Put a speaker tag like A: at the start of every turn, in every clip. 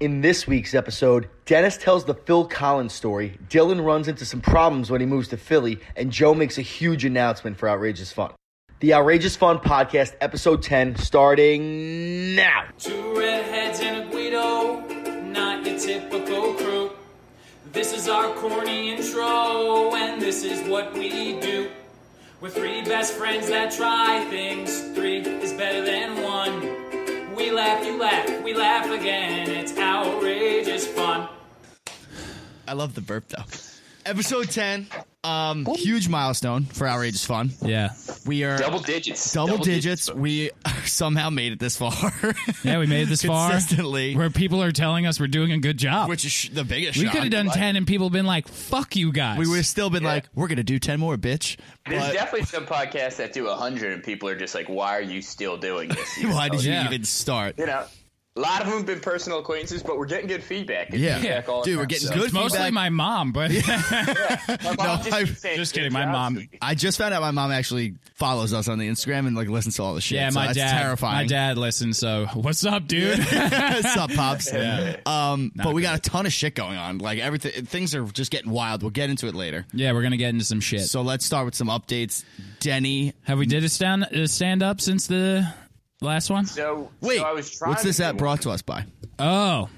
A: In this week's episode, Dennis tells the Phil Collins story, Dylan runs into some problems when he moves to Philly, and Joe makes a huge announcement for Outrageous Fun. The Outrageous Fun Podcast, Episode 10, starting now.
B: Two redheads and a Guido, not your typical crew. This is our corny intro, and this is what we do. We're three best friends that try things, three is better than one. We laugh, you laugh, we laugh again, it's outrageous fun.
C: I love the burp though. Episode ten, um, huge milestone for outrageous fun.
D: Yeah.
C: We are
E: Double digits.
C: double digits. We somehow made it this far.
D: Yeah, we made it this far.
C: Consistently.
D: Where people are telling us we're doing a good job.
C: which is sh- the biggest.
D: we
C: shock.
D: could have done 10 and people have been like, fuck you guys.
C: We would have still been like, we're gonna do ten more, bitch.
E: There's
C: But
E: definitely some podcasts that do 100 and people are just like, why are you still doing this? You
C: why did you
D: Oh, Yeah.
C: even start?
E: know, a lot of them have been personal acquaintances, but we're getting good feedback. Good
C: Yeah.
E: feedback all
C: Dude,
E: around,
C: we're getting
E: so-
C: good
D: Mostly
C: feedback.
D: my mom, but
E: My mom
C: No,
E: just,
C: I'm
E: keeps saying,
D: just
E: "Good
D: kidding, my
E: job,
D: mom-
E: sweetie."
C: I just found out my mom actually follows us on the Instagram and like listens to all the shit.
D: yeah,
C: so
D: my
A: uh,
C: that's
D: dad.
C: Terrifying.
D: My dad listens. So what's up, dude?
C: What's up, pops? Um, but we
D: good.
C: got a ton of shit going on. Like everything, things are just getting wild. We'll get into it later.
D: yeah, we're gonna get into some shit.
C: So let's start with some updates. Denny,
D: have we did a stand a stand up since the last one?
E: So,
C: wait,
E: so I was trying
C: what's this
E: to
C: app
E: do
C: brought to us by?
D: Oh,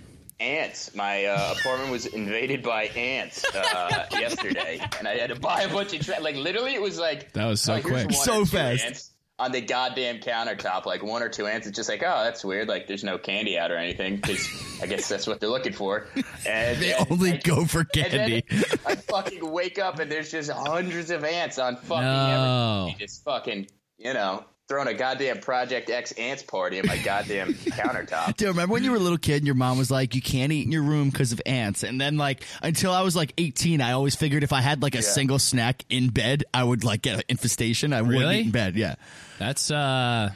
E: Ants. My uh, apartment was invaded by ants uh, yesterday, and I had to buy a bunch of tra- like literally it was like
D: That was so
E: oh, here's
D: quick.
E: one or
C: So
E: two
C: fast.
E: ants on the goddamn countertop. Like one or two ants. It's just like oh that's weird. Like there's no candy out or anything because I guess that's what they're looking for. And
C: They
E: then-
C: only go for
E: and then
C: candy.
E: I fucking wake up and there's just hundreds of ants on fucking
D: No.
E: everything. Just fucking you know throwing a goddamn Project X ants party at my goddamn countertop.
C: Dude, remember when you were a little kid and your mom was like, "You can't eat in your room because of ants." And then, like, until I was like eighteen, I always figured if I had like a single snack in bed, I would like get an infestation. I wouldn't
D: Really?
C: eat in bed. Yeah,
D: that's uh,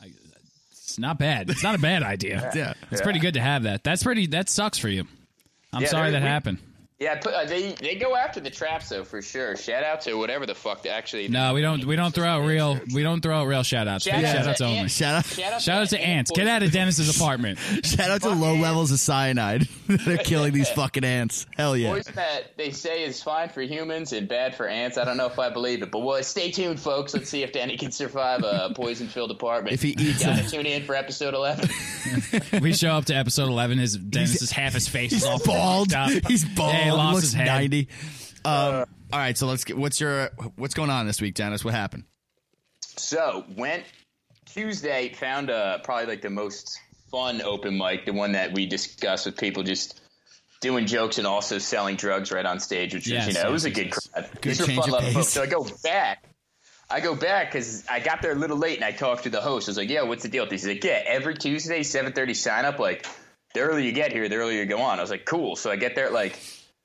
D: I- it's not bad. It's not a bad idea.
C: yeah.
D: it's pretty good to have that. That's pretty. That sucks for you. I'm
E: Yeah,
D: sorry
E: there-
D: that
E: we-
D: happened.
E: Yeah, I put, uh, they they go after the traps though for sure. Shout out to whatever the fuck they actually.
D: No, we don't. We don't throw out real. We don't throw out real shout outs.
E: Shout
D: Shout,
E: out
D: outs
E: to
D: only.
E: Ant.
C: Shout out,
E: Shout out,
D: Shout out to ants. Get out of Dennis's apartment.
C: shout out to low
E: ants.
C: levels of cyanide. They're killing these fucking ants. Hell yeah.
E: Poison that they say is fine for humans and bad for ants. I don't know if I believe it, but well, stay tuned, folks. Let's see if Danny can survive a poison-filled apartment.
C: If he eats
E: gotta tune in for episode eleven.
D: We show up to episode eleven. His Dennis is half his face is all
C: bald.
D: fucked up.
C: He's bald.
D: Yeah, he lost
C: looks
D: his head.
C: ninety.
E: Uh.
C: Um, all right, so let's get. What's your what's going on this week, Dennis? What happened?
E: So went Tuesday, found uh, probably like the most fun open mic, the one that we discussed with people just doing jokes and also selling drugs right on stage, which
D: Yes,
E: was, you know, it was a
D: yes,
E: good
D: yes.
E: crowd.
C: Good
E: These are
C: change
E: fun
C: of
E: loving
C: pace.
E: folks. So I go back. I go back because I got there a little late and I talked to the host. I was like, "Yeah, what's the deal?" with this?" He's like, "Yeah, every Tuesday, seven thirty sign up. Like, the earlier you get here, the earlier you go on." I was like, "Cool." So I get there at like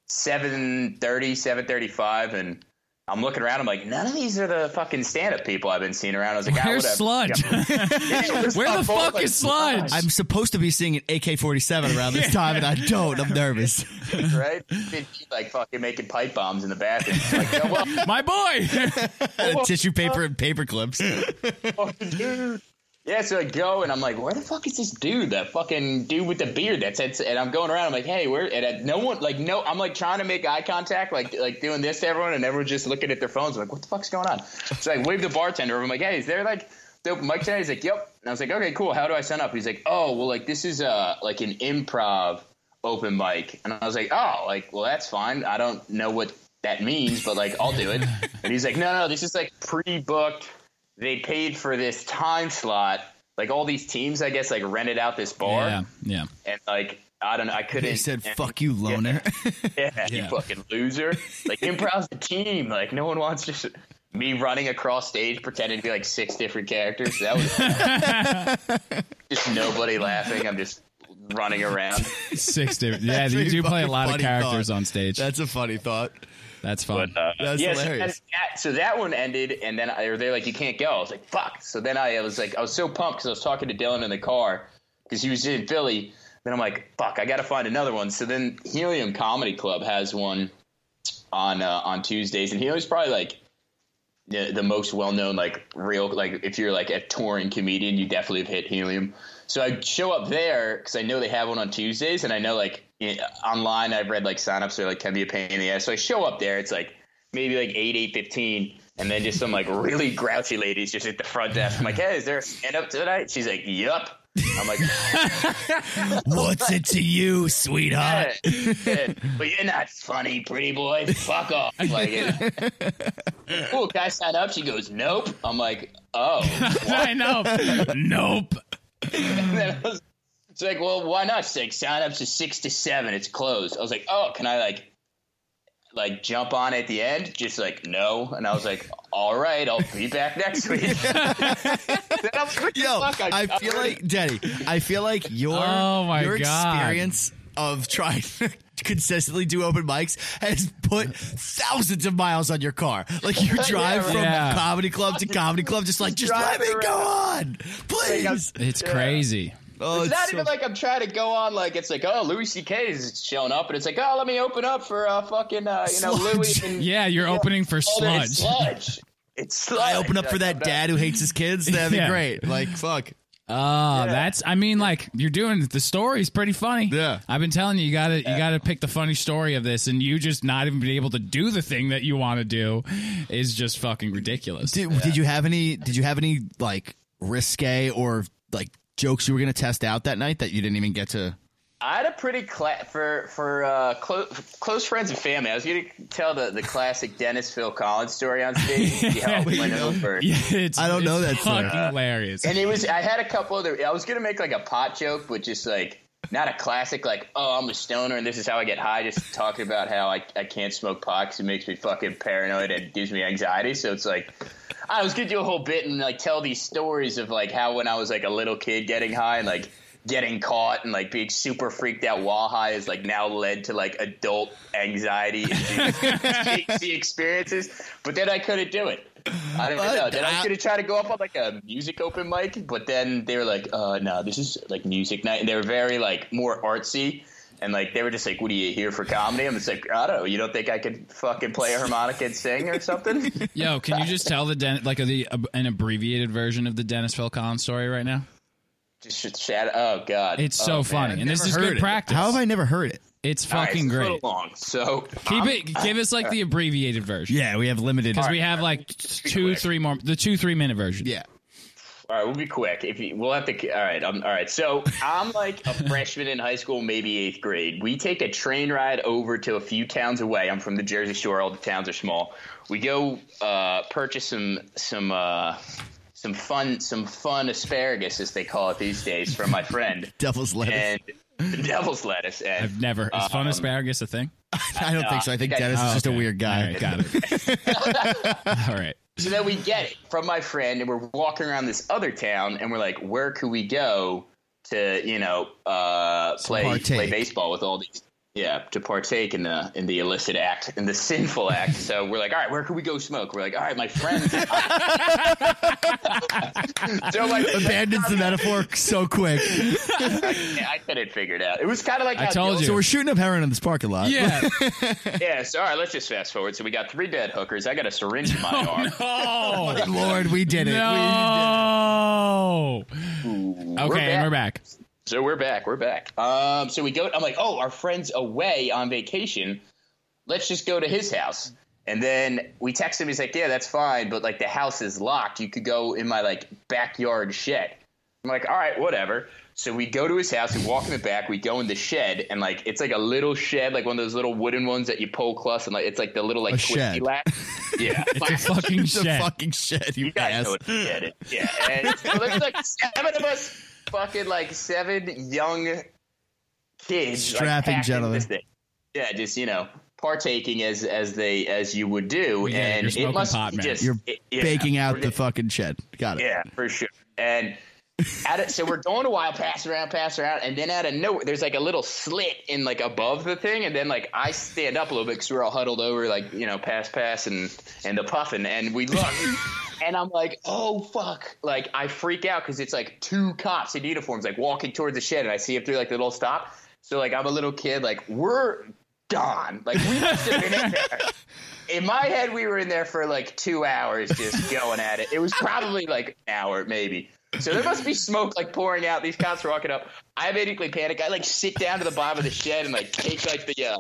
E: 7.30, 7.35, and I'm looking around. I'm like, none of these are the fucking stand-up people I've been seeing around. I was like, ah,
D: Where's
E: whatever.
D: Sludge?
E: Yeah, where's
D: Where the
E: Sludge?
D: fuck is Sludge?
C: I'm supposed to be seeing an AK 47 around this time, and I don't. I'm nervous.
E: Right? Been, like fucking making pipe bombs in the bathroom. Like, yo, well,
D: My boy.
C: Tissue paper and paper clips.
E: Yeah, so I go and I'm like, where the fuck is this dude? That fucking dude with the beard that's at, and I'm going around. I'm like, hey, where? And I, no one, like, no, I'm like trying to make eye contact, like, like doing this to everyone, and everyone's just looking at their phones. I'm like, what the fuck's going on? So I wave the bartender over. I'm like, hey, is there like the open mic tonight? He's like, yep. And I was like, okay, cool. How do I sign up? He's like, oh, well, like this is uh like an improv open mic, and I was like, oh, like, well, that's fine. I don't know what that means, but like, I'll do it. and he's like, no, no, this is like pre-booked they paid for this time slot. Like all these teams, I guess, like rented out this bar,
D: yeah, yeah.
E: and like I don't know, I couldn't.
C: They said,
E: and-
C: fuck you, loner.
E: Yeah, you
D: Yeah.
E: fucking loser. Like improv's the team. Like no one wants just me running across stage pretending to be like six different characters. That was just nobody laughing. I'm just running around.
D: Six different. Yeah, you
C: a
D: do play a
C: fucking
D: lot of
C: funny
D: characters
C: thought.
D: on stage. That's,
C: That's a funny thought.
D: fun.
E: Uh,
C: That's
E: yeah,
C: hilarious.
E: So that, that, so that one ended, and then I, or they're like, "You can't go." I was like, "Fuck!" So then I, I was like, I was so pumped because I was talking to Dylan in the car because he was in Philly. Then I'm like, "Fuck!" I got to find another one. So then Helium Comedy Club has one on uh, on Tuesdays, and Helium's probably like the, the most well known like real like if you're like a touring comedian, you definitely have hit Helium. So I show up there because I know they have one on Tuesdays, and I know like i- online I've read like signups are like can be a pain in the ass. So I show up there, it's like maybe like eight eight fifteen. And then just some like really grouchy ladies just at the front desk. I'm like, hey, is there a stand up tonight? She's like, yup. I'm like,
C: What's it to you, sweetheart?
E: yeah, yeah. but you're not funny, pretty boy. Fuck off. Like, it, cool, can I sign up? She goes, nope. I'm like, oh.
D: I know.
C: Nope.
E: And then I was- it's like, well, why not? She's like, sign up to six to seven. It's closed. I was like, oh, can I like, like jump on at the end? Just like, no. And I was like, all right, I'll be back next week. Then I'm like, what the
C: Yo,
E: fuck?
C: I feel like Denny. I feel like your
D: Oh my
C: your
D: God.
C: experience of trying to consistently do open mics has put thousands of miles on your car. Like you drive from
D: Yeah.
C: comedy club to comedy club, just like just
E: drive
C: let me go
E: I'm-
C: on, please.
D: It's crazy.
C: Oh,
E: it's, not
C: so-
E: even like I'm trying to go on. Like it's like, oh, Louis C.K. is showing up, and it's like, oh, let me open up for uh, fucking, uh, you know,
C: Sludge.
E: Louis and
D: Yeah, you're opening for
E: Oh, then It's
D: Sludge.
E: sludge. It's sludge.
C: I open up for that dad who hates his kids. That'd be
D: Yeah.
C: great. Like fuck.
D: Oh, that's. I mean, like you're doing the story's pretty funny.
C: Yeah.
D: I've been telling you, you gotta you gotta pick the funny story of this, and you just not even being able to do the thing that you want to do is just fucking ridiculous.
C: Did, did you have any? Did you have any like risque or like jokes you were gonna test out that night that you didn't even get to?
E: I had a pretty cla- for for uh, clo- close friends and family. I was going to tell the, the classic Dennis Phil Collins story on stage. yeah, went over.
D: Yeah, it's,
C: I don't
D: it's
C: know that story.
D: fucking hilarious.
E: And it was I had a couple other. I was going to make like a pot joke, but just like not a classic like oh I'm a stoner and this is how I get high. Just talking about how I I can't smoke pot 'cause it makes me fucking paranoid and gives me anxiety. So it's like. I was gonna do a whole bit and like tell these stories of like how when I was like a little kid getting high and like getting caught and like being super freaked out while high is like now led to like adult anxiety and the experiences. But then I couldn't do it. I don't know. Then I was gonna try to go up on like a music open mic, but then they were like, uh no, this is like music night and they were very like more artsy. And like they were just like, "What are you here for comedy?" I'm just like, "I don't know. You don't think I could fucking play a harmonica and sing or something?"
D: Yo, can you just tell the Den- like the uh, an abbreviated version of the Dennis Phil Collins story right now?
E: Just sh- shout Oh God,
D: It's
E: Oh,
D: so
E: man.
D: funny, and this
C: Never
D: is
C: heard
D: good
C: it.
D: practice.
C: How have I never heard it?
D: It's
E: All right,
D: fucking
E: it's a little
D: great.
E: long. So
D: Keep
E: um,
D: it. Give us like the abbreviated version
C: Yeah, we have limited.
D: because we have like two,
E: quick.
D: three more. The two, three minute version.
C: Yeah.
E: All right, we'll be quick. If you, we'll have to. All right, I'm, all right. So I'm like a freshman in high school, maybe eighth grade. We take a train ride over to a few towns away. I'm from the Jersey Shore. All the towns are small. We go uh, purchase some some uh, some fun some fun asparagus, as they call it these days, from my friend
C: Devil's lettuce.
E: and the devil's lettuce. And
D: I've never. Is
C: Um,
D: fun asparagus a thing?
C: I don't think so. I think
E: I-
C: Dennis
D: Oh,
C: is just
D: okay.
C: a weird
D: All
C: guy.
D: right, got it. All right.
E: So then we get it from my friend, and we're walking around this other town, and we're like, where could we go to, you know, uh, play
C: partake.
E: play baseball with all these? Yeah, to partake in the in the illicit act, in the sinful act. So we're like, all right, where could we go smoke? We're like, all right, my friend. so my
C: Abandons the metaphor so quick.
E: I couldn't figure it out. It was kind of like
D: I
E: how
D: told
E: Dylan-
D: you.
C: So we're shooting up heroin in this parking lot.
D: Yeah.
E: Yeah, so all right, let's just fast forward. So we got three dead hookers. I got a syringe in my arm.
D: oh
C: Lord, we did it.
D: no. Okay,
E: We're
D: and we're back.
E: So we're back. We're back. Um, so we go. I'm like, oh, our friend's away on vacation. Let's just go to his house. And then we text him. He's like, yeah, that's fine, but like the house is locked. You could go in my like backyard shed. I'm like, all right, whatever. So we go to his house. We walk in the back. We go in the shed, and like it's like a little shed, like one of those little wooden ones that you pull close, and like it's like the little like
C: A
E: twisty
C: shed.
E: latch. Yeah,
D: It's a fucking
C: It's a
D: shit.
C: fucking shit, you,
E: you guys
C: ass.
E: know what you did. Yeah. And so there's like seven of us, fucking like seven young kids, like,
C: Strapping
E: packed into
C: gentlemen.
E: this thing. Yeah, just you know, partaking as as they as you would do,
D: Yeah,
E: and
D: you're
E: it
D: smoking
E: must
D: pot,
E: be
D: man.
E: just
C: You're
E: it- yeah,
C: Baking out
E: we're
C: the
E: just-
C: fucking shit. Got it.
E: Yeah, for sure. And at it, so we're going a while, pass around, pass around, and then out of nowhere, there's like a little slit in like above the thing, and then like I stand up a little bit because we're all huddled over, like you know, pass, pass, and and the puffin, and we look, and I'm like, oh fuck, like I freak out because it's like two cops in uniforms like walking towards the shed, and I see them through like the little stop. So like I'm a little kid, like we're gone. Like we must have been in there. In my head, we were in there for like two hours just going at it. It was probably like an hour, maybe. So there must be smoke like pouring out. These cops walking up. I immediately panic. I like sit down to the bottom of the shed and like take like the, uh,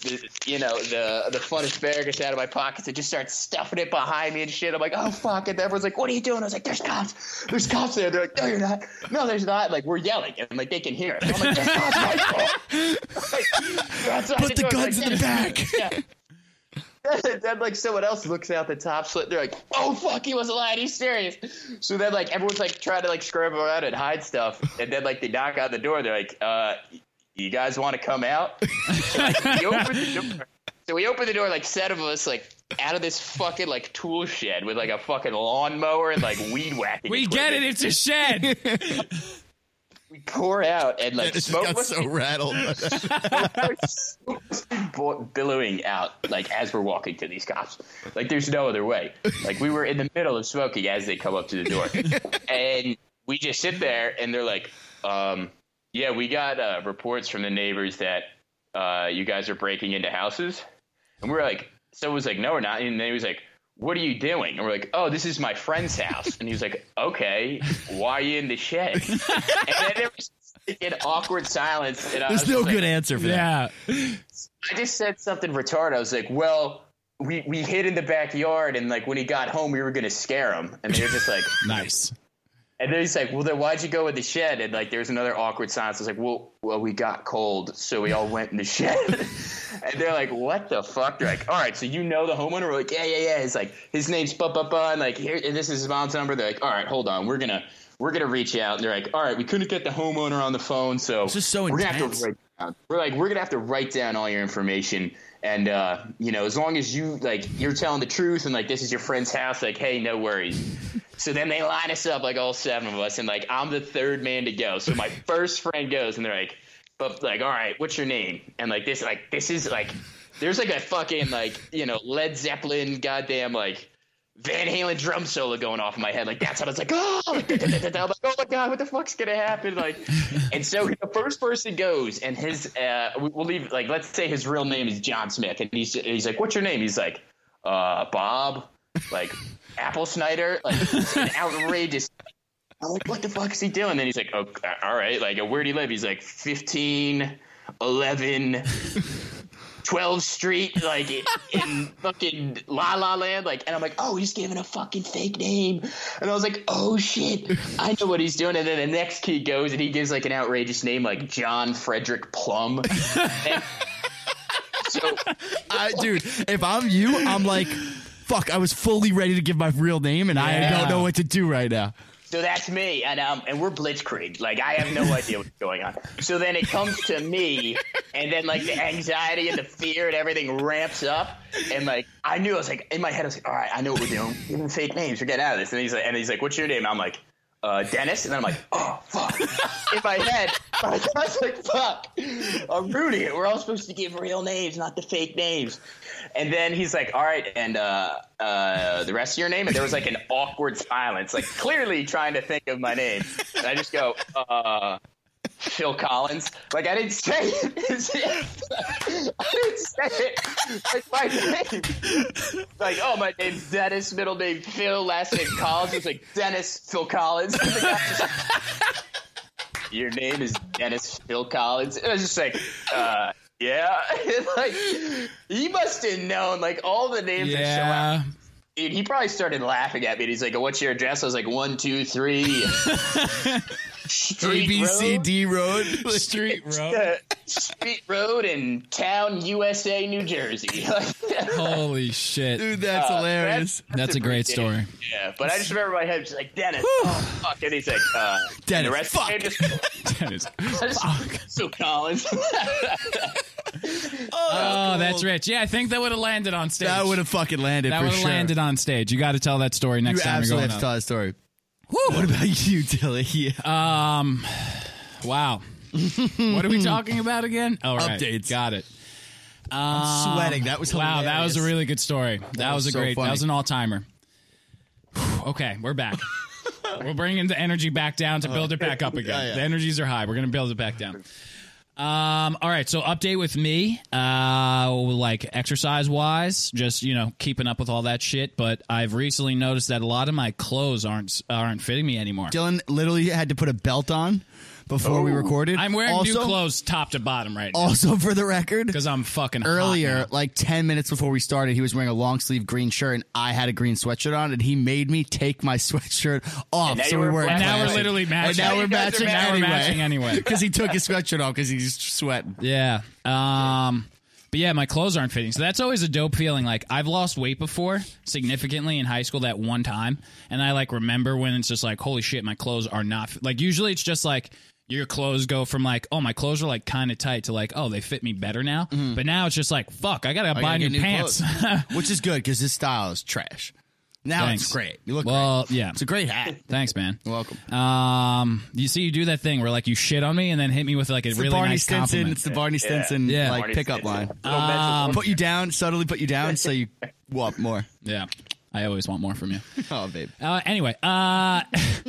E: the you know the the fun asparagus out of my pockets and just start stuffing it behind me and shit. I'm like, oh fuck! And everyone's like, what are you doing? I was like, there's cops. There's cops there. They're like, no, you're not. No, there's not. Like we're yelling and like they can hear it. I'm like, that's not my fault. Like, that's what I
C: Put the
E: do. I was
C: guns
E: like,
C: in the
E: "Yeah."
C: back.
E: Yeah. And then like someone else looks out the top slit. They're like, "Oh fuck, he wasn't lying. He's serious." So then like everyone's like trying to like scramble around and hide stuff. And then like they knock on the door. They're like, "Uh, you guys want to come out?" So, like, we open the door. So we open the door like seven of us like out of this fucking like tool shed with like a fucking lawnmower and like weed whacking.
D: We get it.
E: equipment.
D: It's a shed.
E: We pour out and like
C: I just
E: smoke.
C: got
E: was-
C: so rattled.
E: bo- billowing out like as we're walking to these cops. Like there's no other way. Like we were in the middle of smoking as they come up to the door, and we just sit there, and they're like, um, "Yeah, we got uh, reports from the neighbors that uh, you guys are breaking into houses," and we're like, "Someone was like, no, we're not," and then he was like. What are you doing? And we're like, oh, this is my friend's house. And he's like, okay, why are you in the shed? and then there was an awkward silence. And I
C: There's
E: was
C: no
E: just like,
C: good answer for that.
D: yeah.
E: I just said something retarded. I was like, well, we, we hid in the backyard, and like when he got home, we were gonna scare him, and they were just like,
D: Nice.
E: and then he's like, well, then why'd you go in the shed? And like, there's another awkward silence. I was like, well, well, we got cold, so we all went in the shed. and they're like, what the fuck? They're like, all right, so you know the homeowner? We're like, yeah, yeah, yeah. He's like, his name's ba ba ba, and like, here, and this is his mom's number. They're like, all right, hold on, we're gonna we're gonna reach out. And they're like, all right, we couldn't get the homeowner on the phone, so
C: This is so
E: we're gonna have
C: intense.
E: to write down. We're like, we're gonna have to write down all your information. And uh, you know, as long as you like, you're telling the truth, and like this is your friend's house, like, hey, no worries. So then they line us up, like all seven of us, and like I'm the third man to go. So my first friend goes, and they're like, "But like, all right, what's your name?" And like this, like this is like, there's like a fucking like you know Led Zeppelin, goddamn like Van Halen drum solo going off in my head. Like that's how I was like, oh, like, da, da, da, da, da. I'm like, oh my god, what the fuck's gonna happen? Like, and so the first person goes, and his uh, we- we'll leave like let's say his real name is John Smith, and he's he's like, what's your name? He's like, uh, Bob, like Apple Snyder, like it's an outrageous. I'm like, what the fuck is he doing? And then he's like, oh, all right, like where do you live? He's like, 15, 11, 12th Street, like in- in fucking La La Land, like, and I'm like, oh, he's giving a fucking fake name, and I was like, oh shit, I know what he's doing. And then the next kid goes and he gives like an outrageous name, like John Frederick Plum. And- so
C: I, dude, if I'm you, I'm like, fuck, I was fully ready to give my real name and I
D: Yeah.
C: don't know what to do right now.
E: So that's me, and um, and we're blitzkrieg. Like I have no idea what's going on. So then it comes to me, and then like the anxiety and the fear and everything ramps up, and like I knew I was like in my head I was like, all right, I know what we're doing. We're giving fake names. We're getting out of this. And he's like, and he's like, what's your name? I'm like, uh, Dennis. And then I'm like, oh fuck. in my head, I was like, fuck. I'm ruining it. We're all supposed to give real names, not the fake names. And then he's like, all right, and uh, uh, the rest of your name? And there was like an awkward silence, like clearly trying to think of my name. And I just go, uh, Phil Collins. Like, I didn't say it. It's- I didn't say it. Like, my name. Like, oh, my name's Dennis, middle name Phil, last name Collins. It's like, Dennis Phil Collins. And the guy's just like, your name is Dennis Phil Collins. And I was just like, uh, yeah. like, he must have known, like, all the names that show up
D: Yeah.
E: dude, he probably started laughing at me. And he's like, "What's your address?" I was like, "One, two, three,
C: A
E: Street
C: B C
E: Road,
C: D road.
D: Street road.
E: uh, Street Road, and Town, USA, New Jersey."
D: Holy shit.
C: Dude, that's
E: Uh,
C: hilarious.
D: That's a great story.
E: Yeah, but I just remember my head just like Dennis. Oh, fuck, and he's like, uh, and
C: Dennis,
E: the rest
C: fuck.
E: Of the name
D: Dennis.
E: just, So Collins.
D: Oh, that's rich. Yeah, I think that would have landed on stage.
C: That would have fucking landed
D: That
C: for
D: would have
C: sure.
D: landed on stage. You got to tell that story next
C: you
D: time you're
C: absolutely
D: going
C: have to
D: up.
C: tell that story. What about you, Dilly? Yeah.
D: Wow. what are we talking about again? Oh, right.
C: Updates.
D: Got it.
C: Sweating. That was
D: Um, Wow,
C: hilarious.
D: that was a really good story. That, was,
C: was
D: a
C: so
D: great.
C: funny.
D: That was an all timer. okay, we're back. we're bringing the energy back down to build it back up again.
C: yeah.
D: The energies are high. We're gonna build it back down. Um, all right, so update with me, uh, like exercise wise, just you know keeping up with all that shit. But I've recently noticed that a lot of my clothes aren't aren't fitting me anymore.
C: Dylan literally had to put a belt on before we recorded.
D: I'm wearing
C: also,
D: new clothes, top to bottom, right now,
C: Also, for the record,
D: because I'm fucking hot
C: earlier,
D: now.
C: like 10 minutes before we started, he was wearing a long sleeve green shirt and I had a green sweatshirt on and he made me take my sweatshirt off.
E: now
C: So
E: you
C: we
E: were
C: were
E: black.
D: And now we're literally matching.
C: And now we're
E: You guys are
C: matching
E: matching.
D: Now we're matching
C: anyway.
D: anyway.
C: Because he took his sweatshirt off because he's sweating.
D: Yeah. Um but yeah, my clothes aren't fitting. So that's always a dope feeling. Like I've lost weight before significantly in high school that one time, and I like remember when it's just like, holy shit, my clothes are not fi-. like usually it's just like your clothes go from like, oh, my clothes are like kind of tight to like, oh, they fit me better now. But now it's just like, fuck, I gotta buy
C: Mm-hmm. gotta
D: new,
C: get new
D: pants.
C: Which is good because his style is trash. Now
D: Thanks.
C: it's great. You look
D: well,
C: great.
D: yeah.
C: It's a great hat.
D: Thanks, man.
C: You're welcome.
D: Um, you see, you do that thing where like you shit on me and then hit me with like a
C: It's
D: really
C: the Barney
D: nice
C: Stinson.
D: compliment.
C: It's the Barney Stinson
D: Yeah. Um,
C: like
E: Barney
C: pickup
E: Stinson.
C: line.
E: Little mental
C: Put you down, subtly put you down, so you walk more.
D: yeah, I always want more from you.
C: Oh, babe.
D: Uh, anyway, uh,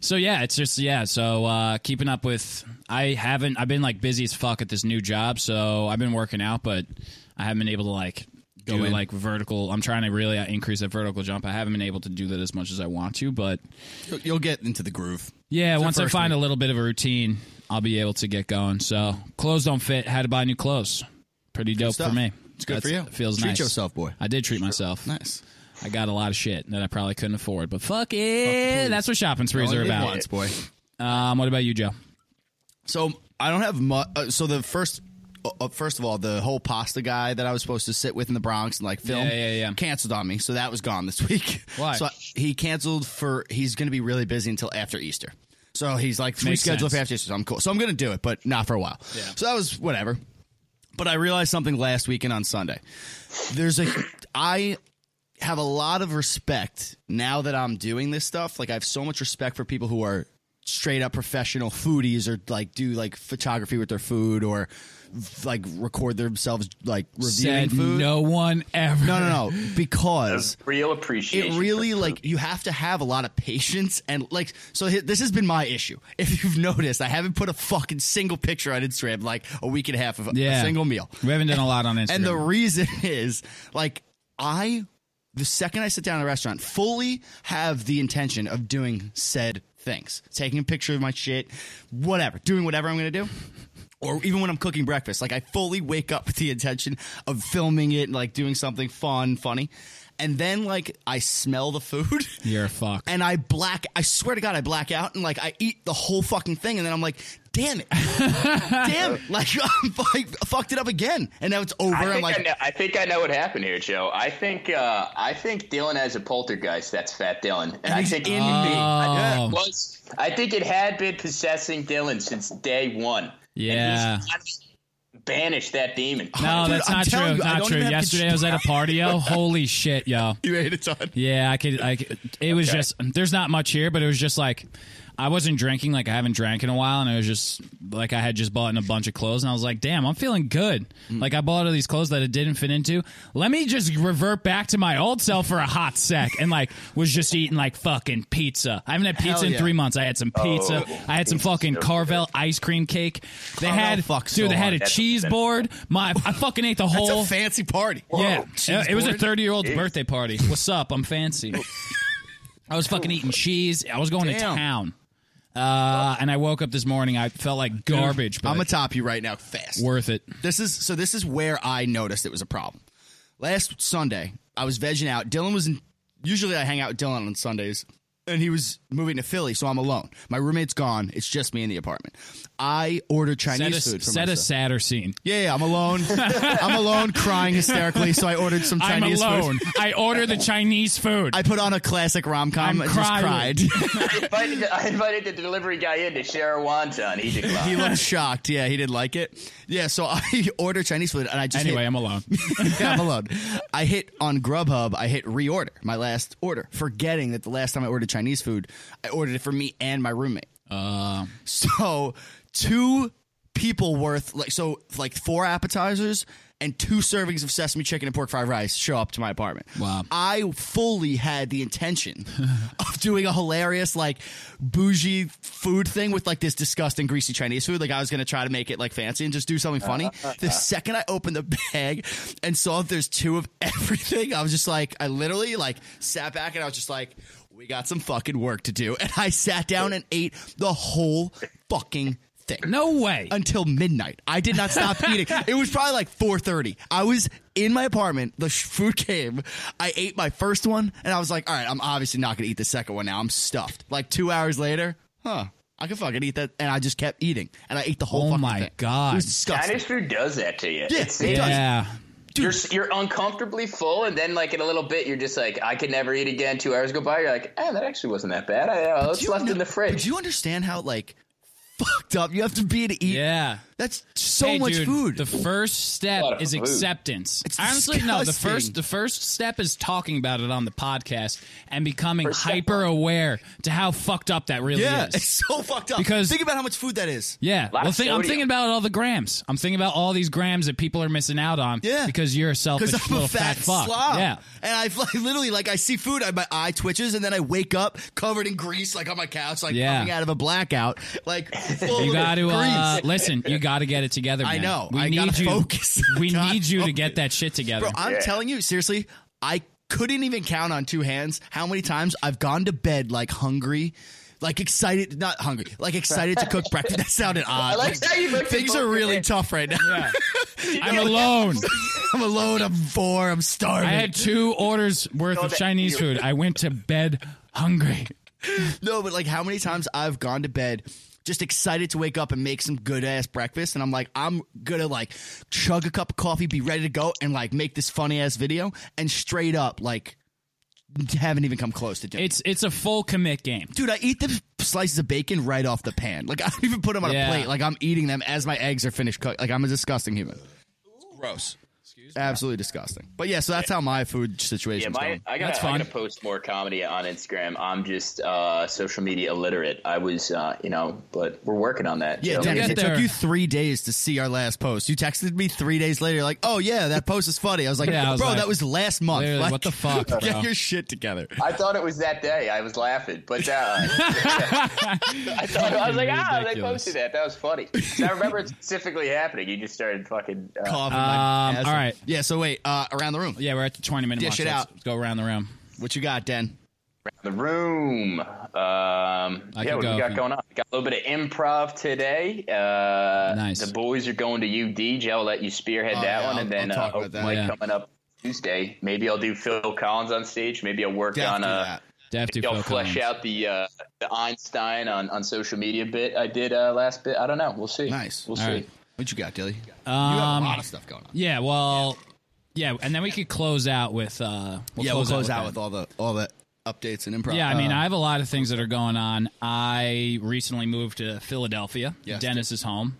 D: so yeah, it's just yeah. So uh, keeping up with, I haven't. I've been like busy as fuck at this new job, so I've been working out, but I haven't been able to like
C: Go
D: do
C: in.
D: like vertical. I'm trying to really uh, increase that vertical jump. I haven't been able to do that as much as I want to, but
C: You'll- You'll get into the groove.
D: yeah,
C: the
D: once I
C: first
D: find a little bit of a routine, I'll be able to get going. So clothes don't fit. Had to buy new clothes. Pretty dope for
C: stuff.
D: me.
C: It's good for you.
D: It feels
C: Treat
D: nice.
C: yourself, boy.
D: I did treat myself.
C: Nice.
D: I got a lot of shit that I probably couldn't afford, but fuck it. That's what shopping sprees are
C: Only
D: about.
C: once, boy.
D: Um, what about you, Joe?
C: So I don't have much. Uh, so the first, uh, uh, first of all, the whole pasta guy that I was supposed to sit with in the Bronx and like film,
D: Yeah, yeah, yeah.
C: canceled on me. So that was gone this week.
D: Why?
C: So I- he canceled for he's going to be really busy until after Easter. So he's like
D: Makes
C: reschedule
D: sense.
C: for after Easter. So I'm cool. So I'm going to do it, but not for a while.
D: Yeah.
C: So that was whatever. But I realized something last weekend on Sunday. There's a I have a lot of respect now that I'm doing this stuff. Like I have so much respect for people who are straight up professional foodies or like do like photography with their food or like record themselves like reviewing
D: Said
C: food.
D: no one ever.
C: no, no, no. Because
E: Real appreciation.
C: it really like you have to have a lot of patience and like so hi- this has been my issue if you've noticed i haven't put a fucking single picture on instagram in, like a week and a half of a-
D: Yeah.
C: a single meal
D: We haven't done a lot on Instagram.
C: and the reason is like i the second i sit down at a restaurant fully have the intention of doing said things taking a picture of my shit whatever doing whatever i'm gonna do or even when I'm cooking breakfast, like I fully wake up with the intention of filming it and like doing something fun, funny. And then like I smell the food
D: You're a fuck.
C: and I black I swear to god I black out and like I eat the whole fucking thing and then I'm like damn it. damn it. Like I'm like, fucked it up again and now it's over.
E: I
C: I'm
E: think,
C: like
E: I, know, I think I know what happened here, Joe. I think uh, I think Dylan has a poltergeist. That's Fat Dylan, and, I
C: he's uh,
E: think it,
C: in
E: I
D: Oh.
E: think it was. I think it had been possessing Dylan since day one.
D: yeah.
E: Banish that demon.
D: No,
C: Dude,
D: that's
C: I'm
D: not true.
C: telling you, I
D: not
C: don't
D: true.
C: even have
D: Yesterday I was at a party, yo. Holy shit, yo.
C: you ate a ton.
D: Yeah, I could. I could it was just there's not much here, but it was just like I wasn't drinking. Like I haven't drank in a while, and it was just like I had just bought in a bunch of clothes, and I was like, damn, I'm feeling good.
C: Mm.
D: Like I bought all these clothes that it didn't fit into. Let me just revert back to my old self for a hot sec, and like was just eating like fucking pizza. I haven't had pizza
C: Hell
D: in
C: yeah.
D: three months. I had some pizza.
E: Oh,
D: I had some
E: pizza's
D: fucking
E: so
D: Carvel ice cream cake. They
C: Carvel
D: had
C: fucks so
D: dude. They had
C: hard.
D: a
E: That's-
D: cheese board. My I fucking ate the
C: It's
D: whole
C: a fancy party.
D: yeah,
C: Cheese
D: it, it was a
C: board.
D: 30 year old's birthday party. What's up? I'm fancy. I was fucking eating cheese. I was going
C: Damn.
D: to town. Uh, and I woke up this morning. I felt like garbage, but
C: I'm gonna top you right now fast.
D: worth it.
C: This is so. This is where I noticed it was a problem. Last Sunday, I was vegging out. Dylan was in, usually I hang out with Dylan on Sundays, and he was moving to Philly, so I'm alone. My roommate's gone. It's just me in the apartment. I ordered
D: Set,
C: Chinese
D: a,
C: food. For
D: set a
C: myself.
D: sadder scene.
C: Yeah, yeah, I'm alone. I'm alone, crying hysterically. So I ordered some Chinese
D: I'm
C: food.
D: alone. I order the Chinese food.
C: I put on a classic rom com.
D: I'm
C: I
D: crying.
C: just cried.
E: I invited, the, I invited the delivery guy in to share a wonton. He declined.
C: he looked shocked. Yeah, he didn't like it. Yeah, so I ordered Chinese food, and I just hit-
D: anyway, I'm alone.
C: yeah, I'm alone. I hit on Grubhub. I hit reorder my last order, forgetting that the last time I ordered Chinese food, I ordered it for me and my roommate.
D: Uh,
C: So two people worth like so like four appetizers and two servings of sesame chicken and pork fried rice show up to my apartment.
D: Wow.
C: I fully had the intention of doing a hilarious like bougie food thing with like this disgusting greasy Chinese food. Like I was going to try to make it like fancy and just do something funny. The second I opened the bag and saw that there's two of everything, I was just like I literally like sat back and I was just like we got some fucking work to do. And I sat down and ate the whole fucking thing
D: No way.
C: until midnight. I did not stop eating. It was probably like 4:30. I was in my apartment. The sh- food came. I ate my first one, and I was like, "All right, I'm obviously not going to eat the second one now. I'm stuffed." Like two hours later, huh? I can fucking eat that, and I just kept eating, and I ate the whole.
D: Oh
C: fucking
D: my
C: thing.
D: God.
C: it was disgusting.
E: Chinese food does that to you.
C: Yeah,
E: It's-
C: it does.
D: yeah.
E: you're you're uncomfortably full, and then like in a little bit, you're just like, I could never eat again. Two hours go by, you're like, ah, that actually wasn't that bad. I, uh, it's
C: Do you
E: left
C: know-
E: in the
C: But
E: fridge.
C: do you understand how like fucked up you have to be to eat?
D: Yeah.
C: that's so
D: Hey,
C: much
D: dude,
C: food.
D: The first
E: A lot
D: step
E: of
D: is
E: food.
D: acceptance.
C: It's
D: Honestly, no. The
C: disgusting.
D: first the first step is talking about it on the podcast and becoming
E: First step.
D: hyper aware to how fucked up that really
C: yeah, it's
D: is.
C: so fucked up.
D: Because-
C: think about how much food that is.
D: Yeah,
E: Lot
D: well,
E: of
D: think, I'm
E: sodium.
D: thinking about all the grams. I'm thinking about all these grams that people are missing out on.
C: Yeah.
D: because you're a selfish
C: because I'm
D: little
C: a fat,
D: fuck.
C: slob.
D: Yeah,
C: and I've like, literally like I see food, I, my eye twitches, and then I wake up covered in grease, like on my couch, like
D: Yeah.
C: coming out of a blackout, like full
D: you
C: of
D: got to
C: grease.
D: uh, listen. You got to get it together.
C: I
D: man.
C: know.
D: We
C: I
D: need
C: gotta
D: you.
C: focus.
D: We
C: Gotta
D: need you to
C: focus.
D: get that shit together.
C: Bro, I'm
E: Yeah.
C: telling you, seriously, I couldn't even count on two hands how many times I've gone to bed like hungry. Like excited, not hungry. Like excited to cook breakfast. That sounded odd.
E: like how you looked at
C: things
E: both
C: are
E: your
C: really
E: hands.
C: tough right now.
D: I'm alone.
C: I'm alone. I'm four. I'm starving.
D: I had two orders worth
E: Know
D: of
E: that
D: Chinese
E: you-
D: food. I went to bed hungry.
C: No, but like how many times I've gone to bed just excited to wake up and make some good ass breakfast and I'm like I'm gonna like chug a cup of coffee, be ready to go and like make this funny ass video and straight up like haven't even come close to doing it.
D: It's it's a full commit game.
C: Dude, I eat the slices of bacon right off the pan. Like I don't even put them on
D: Yeah.
C: a plate. Like I'm eating them as my eggs are finished cooked. Like I'm a disgusting human. Gross. Absolutely disgusting. But yeah, so that's how my food
E: Yeah,
C: situation
E: my,
C: going.
E: I
D: That's
E: gotta, I
D: fine.
E: gotta post more comedy on Instagram. I'm just uh, social media illiterate. I was, uh, you know, but we're working on that.
C: Yeah,
E: So-
C: Dennis,
D: get
C: it
D: there.
C: took you three days to see our last post. You texted me three days later, you're like, "Oh yeah, that post is funny." I was like,
D: Yeah, I was
C: "Bro,
D: like-
C: that was last month.
D: Literally,
C: Like,
D: what the fuck, bro?
C: Get your shit together."
E: I thought it was that day. I was laughing, but uh, I thought I was like, ah, they
D: Ridiculous.
E: posted that. That was funny. And I remember it specifically happening. You just started fucking. Uh,
C: Coughing my
D: Um,
C: ass
D: all
C: off.
D: right.
C: Yeah. So wait, uh, around the room.
D: Yeah, we're at the 20 minute
C: Dish
D: mark.
C: it
D: Let's-
C: out.
D: Let's go around the room.
C: What you got, Den?
E: The room. Um,
D: I
E: yeah,
D: could
E: what
D: go
E: we
D: if
E: got
D: you-
E: going on? Got a little bit of improv today. Uh,
D: Nice.
E: The boys are going to UD. Jay, I'll let you spearhead
C: Oh,
E: that
C: yeah,
E: one,
C: I'll-
E: and then
C: I'll
E: uh,
C: talk about
E: open
C: that.
E: mic
D: Yeah.
E: coming up Tuesday. Maybe I'll do Phil Collins on stage. Maybe I'll work
C: Def,
E: on
C: do
E: uh,
C: that.
D: Def
E: maybe I'll
D: Phil
E: flesh
D: Collins.
E: out the uh, the Einstein on, on social media bit I did uh, last bit. I don't know. We'll see.
C: Nice.
E: We'll
D: All
E: see.
D: right.
C: What you got, Dilly? you have a
D: Um,
C: lot of stuff going on.
D: Yeah, well, yeah, and then we could close out with. Uh,
C: yeah, we'll close out
D: that.
C: with all the all the updates and improv.
D: Yeah, I mean,
C: Uh,
D: I have a lot of things that are going on. I recently moved to Philadelphia.
C: Yes, Mm-hmm.
D: Dennis is home.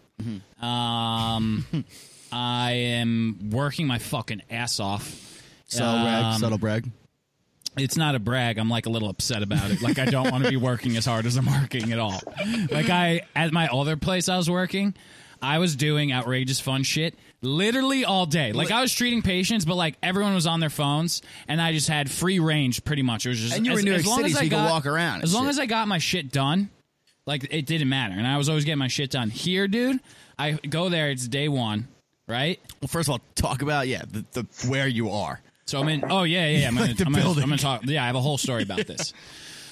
D: Um, I am working my fucking ass off.
C: subtle brag,
D: um,
C: subtle brag.
D: It's not a brag. I'm like a little upset about it. Like I don't want to be working as hard as I'm working at all. Like I at my other place I was working, I was doing outrageous fun shit literally all day. Like I was treating patients, but like everyone was on their phones, and I just had free range pretty much. It was just
C: And you were
D: as,
C: in New
D: as
C: York
D: long
C: City,
D: as
C: so
D: I
C: you could
D: got-
C: walk around and
D: As long
C: shit.
D: as I got my shit done, like it didn't matter, and I was always getting my shit done. Here, dude, I go there. It's day one, right?
C: Well, first of all, talk about yeah the, the where you are.
D: So I'm in. Oh yeah, yeah. yeah. I'm gonna,
C: the
D: I'm, gonna, I'm
C: building.
D: gonna talk. Yeah, I have a whole story about this.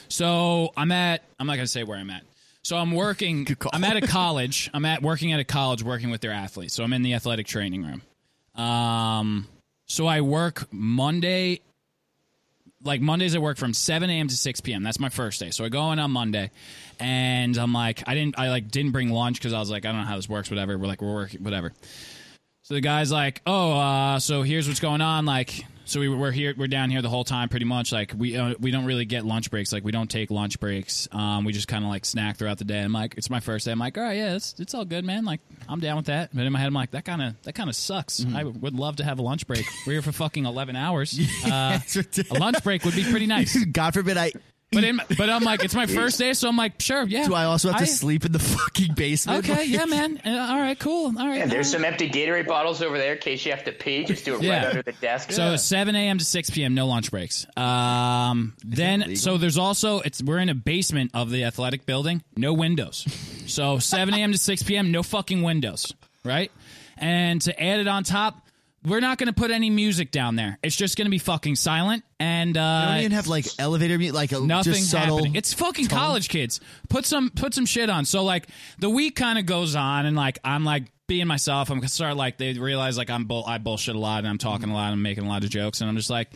D: so I'm at. I'm not gonna say where I'm at. So I'm working.
C: call.
D: I'm at a college. I'm at working at a college, working with their athletes. So I'm in the athletic training room. Um. So I work Monday. Like Mondays, I work from 7 a.m. to 6 p.m. That's my first day. So I go in on Monday, and I'm like, I didn't, I like didn't bring lunch because I was like, I don't know how this works, whatever. We're like, we're working, whatever. So the guy's like, "Oh, uh, so here's what's going on." Like, so we we're here, we're down here the whole time, pretty much. Like, we uh, we don't really get lunch breaks. Like, we don't take lunch breaks. Um, we just kind of like snack throughout the day. I'm like, it's my first day. I'm like, all right, yeah, it's it's all good, man. Like, I'm down with that. But in my head, I'm like, that kind of that kind of sucks.
C: Mm-hmm.
D: I would love to have a lunch break. we're here for fucking eleven hours. Uh,
C: It's ridiculous.
D: a lunch break would be pretty nice.
C: God forbid I
D: But in, but I'm like, it's my first day, so I'm like, sure, yeah.
C: Do I also have to sleep in the fucking basement?
D: Okay,
C: Like,
D: yeah, man. Uh, all right, cool. All right.
E: And there's
D: uh,
E: some empty Gatorade bottles over there in case you have to pee. Just do it
D: Yeah.
E: right under the desk.
D: So 7 a.m. to 6 p.m. No lunch breaks. Um, then so there's also it's we're in a basement of the athletic building, no windows. So 7 a.m. to 6 p.m. No fucking windows, right? And to add it on top, we're not going to put any music down there. It's just going to be fucking silent and
C: I don't
D: uh,
C: even have like elevator music, like a
D: nothing
C: just subtle.
D: happening. It's fucking college kids. Put some put some shit on. So like the week kind of goes on, and like I'm like being myself. I'm sort of like they realize like I'm bull I bullshit a lot, and I'm talking a lot, and I'm making a lot of jokes, and I'm just like.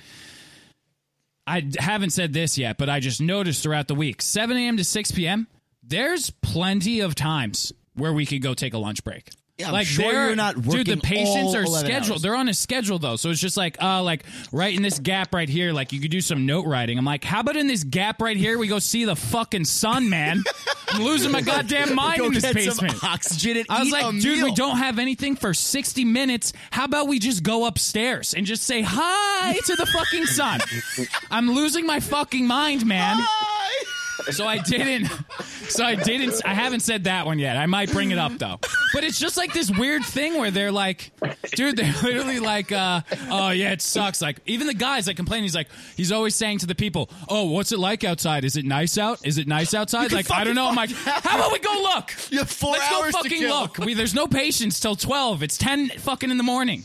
D: I d- haven't said this yet, but I just noticed throughout the week, 7 a.m. to 6 p.m. There's plenty of times where we could go take a lunch break.
C: Yeah, I'm sure
D: they're-
C: you're not
D: Dude, the
C: working
D: patients
C: all
D: are
C: 11
D: scheduled.
C: hours.
D: They're on a schedule though, so it's just like, uh, like right in this gap right here, like you could do some note writing. I'm like, how about in this gap right here, we go see the fucking sun, man? I'm losing my goddamn mind
C: Go
D: in this
C: get
D: basement.
C: some oxygen and
D: I was
C: eat
D: like,
C: a
D: dude, we
C: meal."
D: don't have anything for 60 minutes. How about we just go upstairs and just say hi to the fucking sun? I'm losing my fucking mind, man. So I didn't. So I didn't. I haven't said that one yet. I might bring it up though. But it's just like this weird thing where they're like, dude, they're literally like, uh, oh yeah, it sucks. Like even the guys that complain, he's like, he's always saying to the people, oh, what's it like outside? Is it nice out? Is it nice outside? Like I don't know. I'm like, how about we go look?
C: You have 4
D: Let's go
C: hours to
D: fucking
C: kill.
D: look. We, there's no patience till twelve. It's ten fucking in the morning.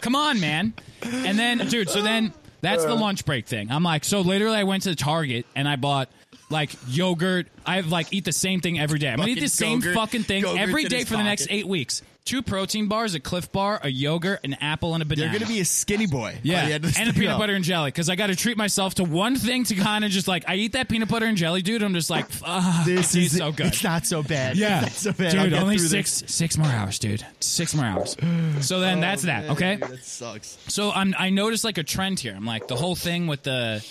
D: Come on, man. And then, dude, so then that's the lunch break thing. I'm like, so literally, I went to Target and I bought like yogurt. I have like eat the same thing every day. I'm gonna eat
C: Fucking
D: the same
C: Gogurt-
D: fucking thing
C: Gogurt's
D: every
C: in
D: day
C: his
D: for the next
C: pocket.
D: eight weeks. Two protein bars, a Cliff Bar, a yogurt, an apple, and a banana.
C: You're gonna be a skinny boy. by
D: yeah,
C: the end of this
D: and a
C: thing.
D: peanut
C: No.
D: butter and jelly because I got to treat myself to one thing to kind of just like I eat that peanut butter and jelly, dude. I'm just like, fuck,
C: This is
D: so good.
C: It's not so bad.
D: Yeah,
C: it's not so bad. I'll
D: dude.
C: get
D: Only
C: through this.
D: six six more hours, dude. Six more hours. So
C: Oh,
D: then that's that. Okay.
C: Dude, that sucks.
D: So I'm I noticed like a trend here. I'm like the whole thing with the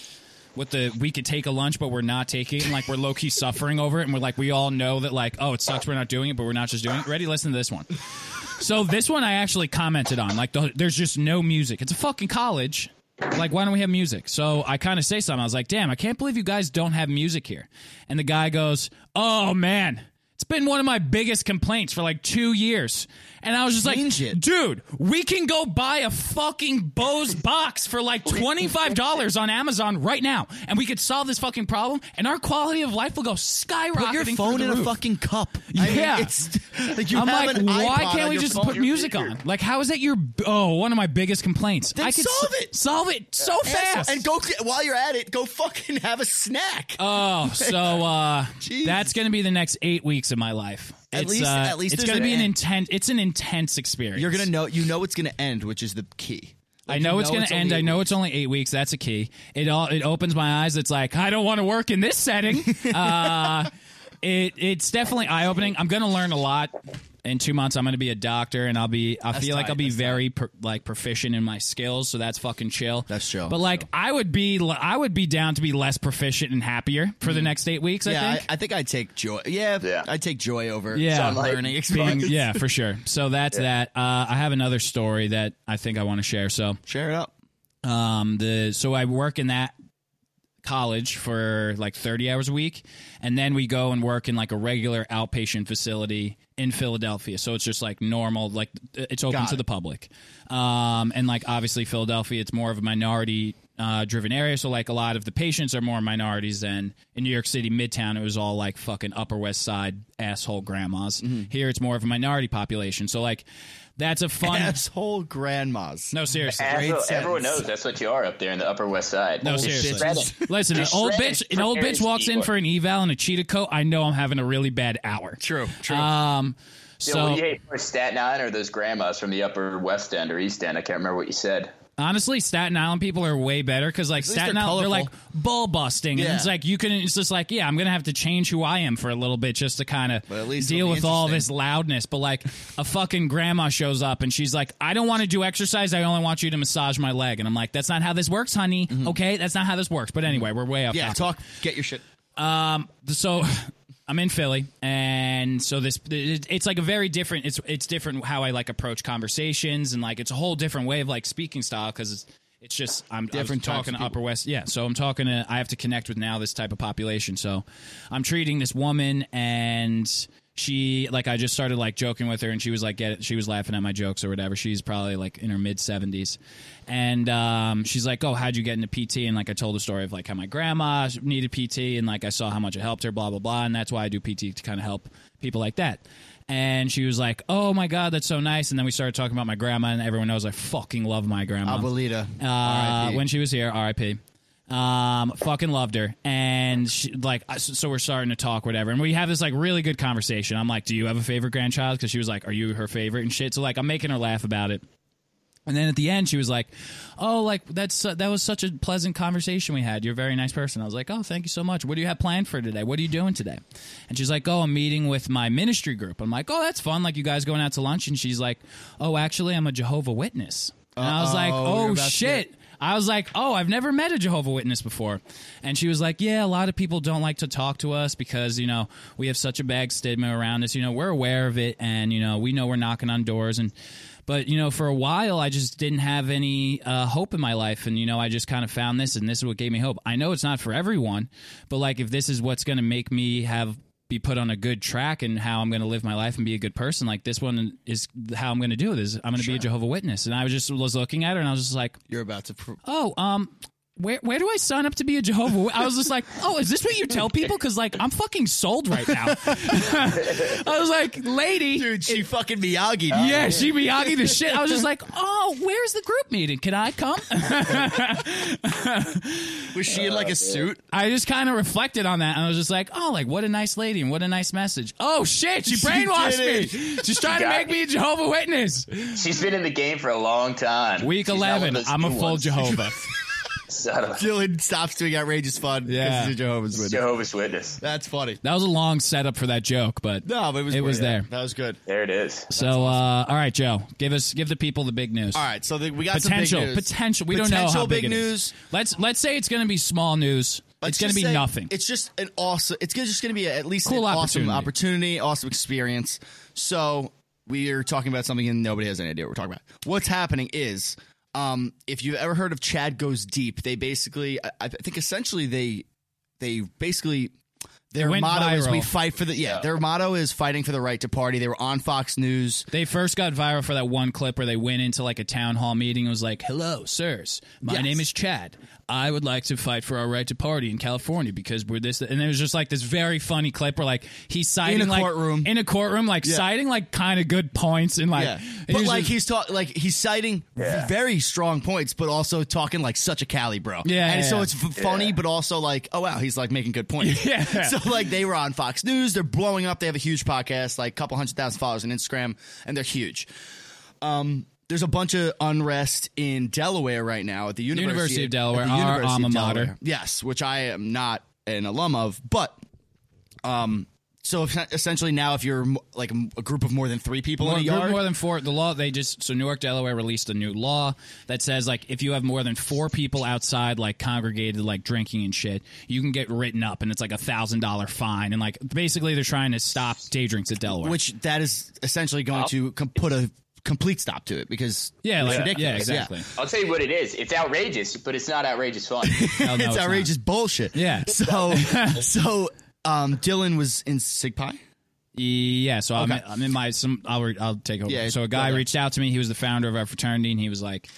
D: with the we could take a lunch but we're not taking it and like we're low key suffering over it and we're like we all know that like oh it sucks we're not doing it but we're not just doing it. Ready? Listen to this one. So this one I actually commented on. Like the, there's just no music. It's a fucking college. Like why don't we have music? So I kind of say something. I was like, "Damn, I can't believe you guys don't have music here." And the guy goes, "Oh man, it's been one of my biggest complaints for like 2 years." And I was just
C: Change
D: like,
C: it.
D: "Dude, we can go buy a fucking Bose box for like $25 on Amazon right now and we could solve this fucking problem and our quality of life will go skyrocketing
C: Put your
D: through
C: phone
D: the
C: in a
D: roof."
C: fucking cup. I mean,
D: Yeah.
C: it's, like you
D: I'm
C: have
D: like,
C: an
D: why
C: iPod on
D: can't we
C: your
D: just
C: phone.
D: put music on? Like, how is that your oh one of my biggest complaints?
C: Then solve it.
D: solve it so fast.
C: And go while you're at it, go fucking have a snack.
D: oh, so uh,
C: Jeez.
D: that's gonna be the next eight weeks of my life.
C: At
D: it's,
C: least-
D: uh,
C: at least
D: it's
C: there's
D: gonna
C: an
D: be an
C: end.
D: intense. It's an intense experience.
C: you're gonna know. You know it's gonna end, which is the key.
D: I know it's gonna end. I know it's only eight weeks. That's a key. It all it opens my eyes. It's like I don't want to work in this setting. uh, it it's definitely eye opening. I'm gonna learn a lot. In two months, I'm gonna be a doctor, and I'll be. I feel like
C: tight.
D: I'll be
C: That's
D: very per, like proficient in my skills. So that's fucking chill.
C: That's chill.
D: But like, I would be. I would be down to be less proficient and happier for the next eight weeks.
C: Mm. Yeah,
D: I
C: I
D: think.
C: I think I'd take joy. Yeah,
E: Yeah.
C: I'd take joy over.
D: Yeah.
C: some
E: Sunlight.
C: learning
D: Being-
C: experience.
D: yeah, for sure. So that's that. Uh, I have another story that I think I want to share. So
C: share it up.
D: um the so i work in that college for like 30 hours a week and then we go and work in like a regular outpatient facility in philadelphia so it's just like normal like it's open
C: Got
D: to
C: it.
D: the public um and like obviously philadelphia it's more of a minority uh, driven area so like a lot of the patients are more minorities than in new york city midtown it was all like fucking upper west side asshole grandmas
C: Mm-hmm.
D: here it's more of a minority population so like that's a fun
C: Asshole grandmas.
D: no seriously
E: Asshole-
C: sentence.
E: everyone knows that's what you are up there in the Upper West Side.
D: No,
E: Just
D: seriously.
E: shredding.
D: Listen, an
E: Just
D: old
E: shredding
D: bitch, an old bitch
E: Prairies
D: walks in
E: Keyboard.
D: for an eval and a cheetah coat. I know I'm having a really bad hour.
C: True, true.
D: Um,
E: So, what
D: so
E: do you hate more, Staten Island or those grandmas from the Upper West End or East End? I can't remember what you said.
D: honestly, Staten Island people are way better because like
C: least
D: Staten
C: they're
D: Island, they're like
C: colorful.
D: ball busting, and
C: Yeah.
D: it's like you can. It's just like yeah, I'm gonna have to change who I am for a little bit just to kind of
C: But at least
D: deal
C: it'll be
D: with all
C: interesting.
D: this loudness. But like a fucking grandma shows up and she's like, I don't want to do exercise. I only want you to massage my leg, and I'm like, that's not how this works, honey. Okay, that's not how this works. But anyway, we're way up.
C: Mm-hmm. Yeah, talk. Get your shit.
D: Um, so I'm in Philly, and so this it- it's like a very different. It's it's different how I like approach conversations, and like it's a whole different way of like speaking style because it's It's just I'm
C: Different
D: different
C: types
D: talking
C: of
D: to Upper
C: people.
D: West. Yeah, so I'm talking to I have to connect with now this type of population. So I'm treating this woman and she like I just started like joking with her and she was like get she was laughing at my jokes or whatever. She's probably like in her mid 70s. And um, she's like, "Oh, how'd you get into PT?" And like I told the story of like how my grandma needed PT and like I saw how much it helped her blah blah blah and that's why I do PT to kind of help people like that. And she was like, "Oh my god, that's so nice." And then we started talking about my grandma and everyone knows I fucking love my grandma.
C: Abuelita.
D: Uh,
C: RIP.
D: when she was here, RIP. Um, fucking loved her, and she, like, I- so we're starting to talk, whatever, and we have this like really good conversation. I'm like, "Do you have a favorite grandchild?" Because she was like, "Are you her favorite?" and shit. So like, I'm making her laugh about it. And then at the end, she was like, "Oh, like that's that was such a pleasant conversation we had. You're a very nice person." I was like, "Oh, thank you so much. What do you have planned for today? What are you doing today?" And she's like, "Oh, I'm meeting with my ministry group." I'm like, "Oh, that's fun. Like you guys going out to lunch?" And she's like, "Oh, actually, I'm a Jehovah Witness." And I was like,
C: Uh-oh, you're
D: "Oh
C: about to
D: shit." I was like, "Oh, I've never met a Jehovah Witness before," and she was like, "Yeah, a lot of people don't like to talk to us because you know we have such a bad stigma around this. You know, we're aware of it, and you know we know we're knocking on doors, and but you know for a while I just didn't have any uh, hope in my life, and you know I just kind of found this, and this is what gave me hope. I know it's not for everyone, but like if this is what's going to make me have be put on a good track and how I'm going to live my life and be a good person. Like this one is how I'm going to do this. I'm going to be a Jehovah Witness. And I was just was looking at her and I was just like,
C: You're about to. Pr-
D: oh, um, where where do I sign up to be a Jehovah? Wit- I was just like, oh, is this what you tell people? Because like I'm fucking sold right now. I was like, lady,
C: Dude, she fucking Miyagi.
D: yeah, she Miyagi the shit. I was just like, oh, where's the group meeting? Can I come?
C: Was she in like a suit?
D: I just kind of reflected on that, and I was just like, "Oh, like what a nice lady, and what a nice message." Oh shit, she
C: She
D: brainwashed
C: did
D: me. She's trying to
E: got
D: make me a Jehovah Witness.
E: She's been in the game for a long time.
D: Week
E: She's not one of
D: eleven,
E: those
D: I'm a
E: new
D: full
E: ones.
D: Jehovah.
E: Son of a
C: Dylan stops doing outrageous fun.
D: Yeah.
C: This is a Jehovah's Witness.
E: Jehovah's Witness.
C: That's funny.
D: that was a long setup for that joke, but
C: No, but it was
D: It was
C: yeah,
D: there.
C: That was good.
E: There it is.
D: so uh, all right, Joe, give us give the people the big news.
C: All right, so the, we got
D: potential,
C: some big news.
D: potential. We don't know
C: Potential
D: how big,
C: big
D: it is.
C: news.
D: Let's let's say it's going to be small news. it's
C: Let's
D: going to
C: just
D: be
C: say
D: nothing.
C: It's just an awesome. It's just going to be at least
D: Cool
C: an awesome
D: opportunity.
C: opportunity, awesome experience. So we are talking about something and nobody has any idea what we're talking about. What's happening is, um, if you've ever heard of Chad Goes Deep, they basically, I, I think, essentially they they basically their
D: went
C: motto is we
D: viral.
C: fight for the yeah. Their motto is fighting for the right to party. They were on Fox News.
D: They first got viral for that one clip where they went into like a town hall meeting and was like, Hello, sirs. My
C: Yes.
D: name is Chad. I would like to fight for our right to party in California because we're this. And it was just like this very funny clip where like he's citing like
C: courtroom.
D: in a courtroom, like citing like kind of good points and like,
C: Yeah,
D: and
C: but
D: he's
C: like
D: just-
C: he's talk like he's citing v- very strong points, but also talking like such a Cali bro.
D: Yeah,
C: and
D: yeah,
C: so
D: yeah.
C: it's f- funny, but also like oh wow, he's like making good points.
D: Yeah.
C: so like they were on Fox News, they're blowing up. They have a huge podcast, like a couple hundred thousand followers on Instagram, and they're huge. Um. There's a bunch of unrest in Delaware right now at the University,
D: University of
C: at
D: Delaware,
C: the
D: our
C: University of
D: alma mater.
C: Delaware. Yes, which I am not an alum of, but um, so if, essentially now if you're mo- like a group of more than three people
D: More,
C: in a yard,
D: more than four. The law they just so Newark, Delaware released a new law that says like if you have more than four people outside like congregated like drinking and shit, you can get written up and it's like a thousand dollar fine and like basically they're trying to stop day drinks at Delaware.
C: which that is essentially going to com- put a complete stop to it because
D: yeah,
C: it's
D: like, yeah,
C: ridiculous.
D: exactly.
E: I'll tell you what it is. It's outrageous, but it's not outrageous fun.
D: Hell Oh, no,
C: it's
D: not.
C: outrageous bullshit.
D: Yeah.
C: So so um, Dylan was in SigPi.
D: Yeah, so I'm,
C: Okay.
D: I'm in my some. I'll re- I'll take over.
C: Yeah,
D: so a
C: go
D: guy
C: ahead.
D: reached out to me. He was the founder of our fraternity, and he was like,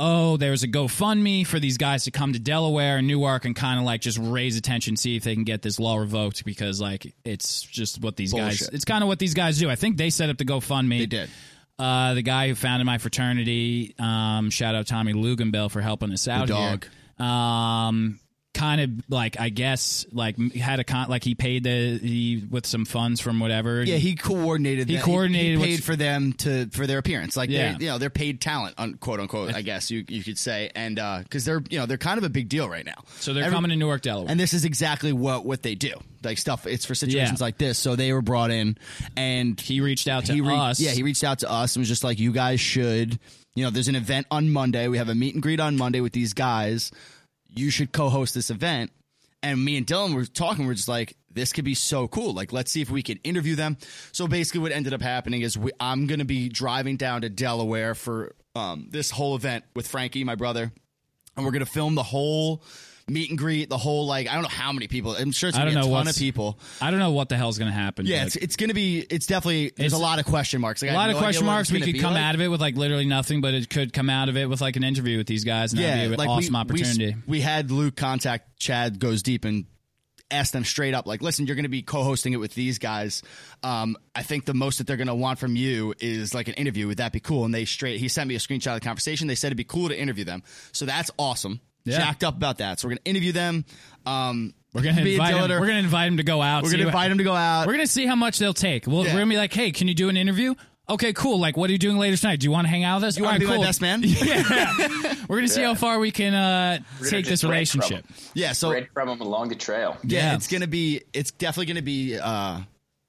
D: "Oh, there was a GoFundMe for these guys to come to Delaware and Newark and kind of like just raise attention, see if they can get this law revoked because like it's just what these guys.
C: Bullshit.
D: It's kind of what these guys do. I think they set up the GoFundMe.
C: They did.
D: Uh, the guy who founded my fraternity, um, shout out Tommy Luganbill for helping us out.
C: dog.
D: Here. Um, kind of like I guess like m- had a con like he paid the he with some funds from whatever.
C: Yeah, he coordinated.
D: He
C: that.
D: coordinated
C: He,
D: what's-
C: paid for them to for their appearance. Like,
D: Yeah.
C: yeah, you know, they're paid talent, un, quote unquote. I guess you you could say, and because they're you know they're kind of a big deal right now.
D: so they're
C: Every-
D: coming to Newark, Delaware.
C: And this is exactly what what they do. Like stuff. It's for situations
D: Yeah.
C: like this. So they were brought in, and
D: he reached out to
C: he re-
D: us.
C: Yeah, he reached out to us and was just like, "You guys should, you know, there's an event on Monday. We have a meet and greet on Monday with these guys. You should co-host this event." And me and Dylan were talking. We're just like, "This could be so cool. Like, let's see if we can interview them." So basically, what ended up happening is we, I'm going to be driving down to Delaware for um, this whole event with Frankie, my brother, and we're gonna film the whole meet and greet, the whole like I don't know how many people. I'm sure it's
D: I
C: gonna
D: don't
C: be a
D: know
C: ton
D: what's-
C: of people.
D: I don't know what the hell's gonna happen.
C: Yeah,
D: but
C: it's, it's gonna be. It's definitely. There's a
D: It's-
C: lot of question marks. Like,
D: a lot of question marks. We could come out of it with like literally nothing, but it could come out of it with like an interview with these guys, and
C: Yeah,
D: that'd be an
C: like
D: awesome
C: we, we s-
D: opportunity.
C: We, had Luke contact Chad goes deep and asked them straight up, like, listen, you're going to be co-hosting it with these guys. Um, I think the most that they're going to want from you is like an interview. Would that be cool? And they straight he sent me a screenshot of the conversation. They said it'd be cool to interview them. So that's awesome.
D: Yeah.
C: Jacked up about that. So we're going to interview them. Um,
D: we're gonna
C: be a
D: invite him.
C: Dilliter.
D: We're gonna invite him to go out.
C: We're
D: see
C: gonna
D: what-
C: invite him to go out.
D: We're gonna see how much they'll take. Well,
C: Yeah.
D: we're gonna be like, hey, can you do an interview? Okay, cool. Like, what are you doing later tonight? Do you want to hang out with us?
C: you want
D: All
C: to
D: right,
C: be
D: cool.
C: my best man?
D: Yeah. we're gonna see how far we can uh,
E: gonna
D: take
E: just
D: this
E: break from
D: relationship.
C: yeah. So
E: Read from them along the trail.
C: yeah,
D: Yeah.
C: it's gonna be it's definitely gonna be uh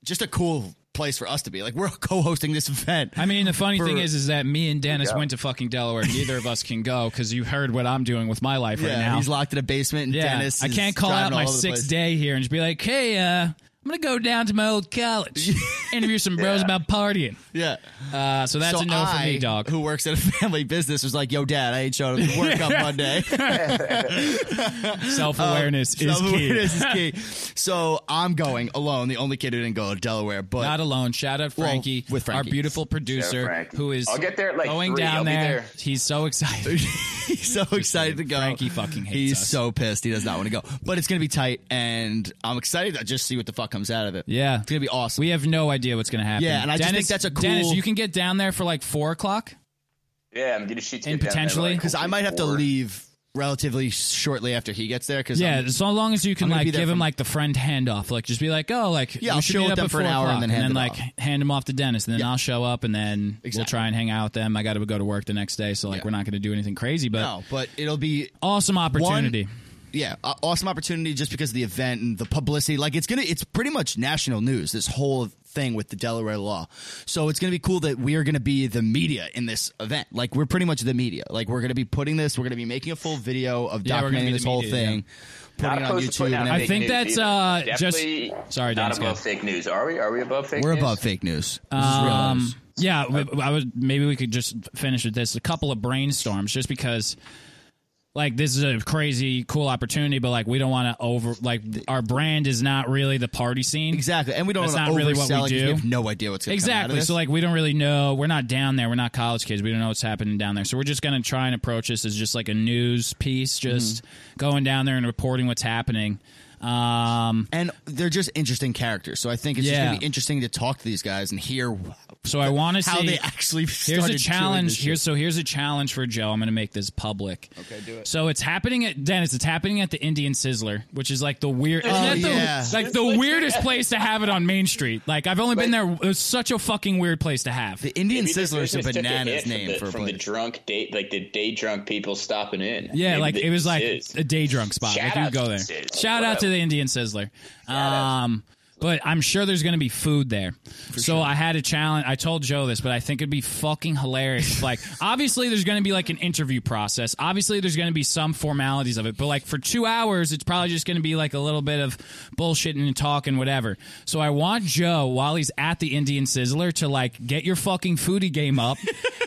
C: just a cool place for us to be like we're co-hosting this event
D: I mean, the funny
C: For-
D: thing is, is that me and Dennis
E: Yeah.
D: went to fucking Delaware. Neither of us can go because you heard what I'm doing with my life right
C: yeah
D: now.
C: he's locked in a basement and
D: yeah,
C: dennis
D: I
C: is
D: can't call
C: driving
D: out
C: all
D: my
C: over the
D: sixth
C: place.
D: day here and just be like, hey, uh, I'm gonna go down to my old college, interview some bros
E: Yeah.
D: about partying.
C: yeah
D: Uh, so that's
C: so
D: a no
C: I,
D: for me, dog.
C: who works at a family business was like yo dad i ain't showing up to work on monday
D: Self awareness is key.
C: Oh, Self-awareness is key. so i'm going alone the only kid who didn't go to delaware but
D: Not alone. Shout out
C: Well,
D: Frankie,
C: with
D: our
C: Frankie.
D: beautiful
E: Yeah,
D: producer,
E: Frankie.
D: who is
E: I'll get there at, like,
D: going
E: three.
D: down
E: I'll be
D: there.
E: there.
D: He's so excited.
C: he's so excited to go.
D: Frankie fucking hates
C: He's
D: us.
C: so pissed. He does not want to go. But it's gonna be tight, and I'm excited to just see what the fuck comes out of it.
D: Yeah.
C: it's gonna be awesome.
D: we have no idea what's going to happen.
C: Yeah, and I just
D: Dennis,
C: think that's a cool-
D: Dennis, you can get down there for like four o'clock.
E: Yeah, I'm gonna shoot. to
D: And
E: get down there,
D: potentially-
E: like,
C: because I might have to
E: four.
C: leave relatively shortly after he gets there. Because
D: Yeah, so long as you can
C: I'm gonna
D: like
C: be there
D: give him
C: from-
D: like the friend handoff, like just be like, oh, like
C: Yeah,
D: we
C: I'll
D: should
C: chill
D: meet
C: with
D: up
C: them
D: at
C: for an
D: four
C: hour and
D: o'clock,
C: then hand it
D: like
C: off.
D: hand him off to Dennis, and then I'll show up, and then we'll
C: Exactly.
D: try and hang out with them. I got to go to work the next day, so like
C: Yeah.
D: we're not going to do anything crazy, but
C: no, but it'll be
D: awesome opportunity.
C: yeah, a- awesome opportunity just because of the event and the publicity. Like it's gonna, it's pretty much national news. This whole thing with the Delaware law, so it's gonna be cool that we are gonna be the media in this event. Like we're pretty much the media. Like we're gonna be putting this. We're gonna be making a full video of
D: Yeah, we're gonna
C: documenting
D: be
C: this
D: the
C: whole
D: media,
C: thing,
E: Not
C: putting it on
E: opposed to
C: YouTube.
E: putting out
C: and
E: fake
C: everything.
D: I think
E: news
D: that's,
E: either.
D: uh, just-
E: Definitely
D: Sorry,
E: Not
D: Dennis, go.
E: above fake news, are we? Are we above fake?
C: We're
E: news?
C: above fake news. This is real
D: Um,
C: news.
D: yeah, w- w- I would maybe we could just finish with this. A couple of brainstorms, just because, like, this is a crazy cool opportunity, but like, we don't want to over like our brand is not really the party scene
C: Exactly, and we don't
D: That's
C: wanna
D: not really what we
C: oversell it 'cause
D: do.
C: We have no idea what's going Come out of
D: Exactly.
C: this.
D: So like we don't really know. We're not down there. We're not college kids. We don't know what's happening down there. So we're just gonna try and approach this as just like a news piece, just
C: Mm-hmm.
D: going down there and reporting what's happening. Um,
C: and they're just interesting characters. So I think it's just
D: Yeah.
C: gonna be interesting to talk to these guys and hear wh-
D: so I want to see
C: how they actually.
D: Here's
C: started
D: a
C: doing this
D: challenge.
C: shit.
D: Here's so here's a challenge for Joe. I'm going to make this public. Okay, do it. So it's happening at Dennis. It's happening at the Indian Sizzler, which is like the weird, isn't that the-
C: yeah.
D: like the weirdest place to have it on Main Street. Like I've only been there. It's such a fucking weird place to have.
C: the Indian
E: Maybe
C: Sizzler is
E: they
C: a
E: just took hit
C: bananas
E: from
C: name
E: the-
C: for a
E: from the
C: place.
E: drunk date, like the day drunk people stopping in.
D: Yeah,
E: Maybe
D: like
E: they-
D: it was like
E: Sizz.
D: a day drunk spot.
E: Shout
D: like you
E: out
D: could go
E: to
D: there.
E: Sizz.
D: Shout out to the Indian Sizzler. Um, but I'm sure there's going to be food there. so I had a challenge. I told Joe this, but I think it'd be fucking hilarious. if, like, obviously, there's going to be like an interview process. Obviously, there's going to be some formalities of it. But like for two hours, it's probably just going to be like a little bit of bullshitting and talk and whatever. So I want Joe while he's at the Indian Sizzler to like get your fucking foodie game up.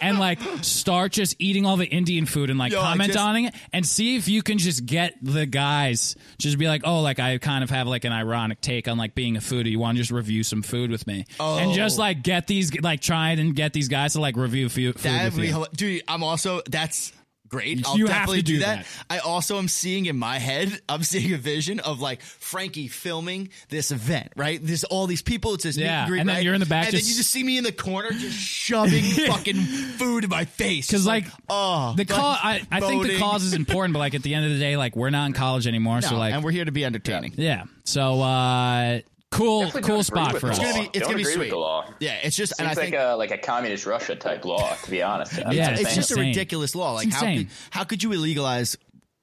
D: And like start just eating all the Indian food and like
C: Yo, I
D: comment
C: just-
D: on it and see if you can just get the guys just be like, oh, like I kind of have like an ironic take on like being a foodie. You want to just review some food with me and just
C: Oh.
D: like get these like try and get these guys to like review fu- food.
C: That'd
D: with
C: be
D: you.
C: hel- dude. I'm also that's great. I'll
D: You have
C: definitely
D: to do that.
C: that. I also am seeing in my head. I'm seeing a vision of like Frankie filming this event. Right, there's all these people. It's this meet
D: Yeah,
C: and greet,
D: and then
C: right?
D: you're in the back
C: and
D: just-
C: then you just see me in the corner just shoving fucking food in my face.
D: Because like,
C: oh,
D: the cause, I, I think the
C: voting.
D: cause is important, but like at the end of the day, like we're not in college anymore, so like,
C: and we're here to be entertaining.
D: yeah. So uh, cool,
E: Definitely don't
D: cool
E: agree
D: spot
E: with
D: for
E: the
D: us.
E: law.
C: It's gonna be- it's
E: Don't
C: gonna be
E: agree
C: sweet.
E: With the law.
C: Yeah, it's just and I
E: Seems like
C: think
E: a like a communist Russia type law, to be honest. That's
D: Yeah,
E: what I'm
C: it's
E: saying.
C: just a
D: insane.
C: ridiculous law. Like how
D: insane.
C: could, how could you illegalize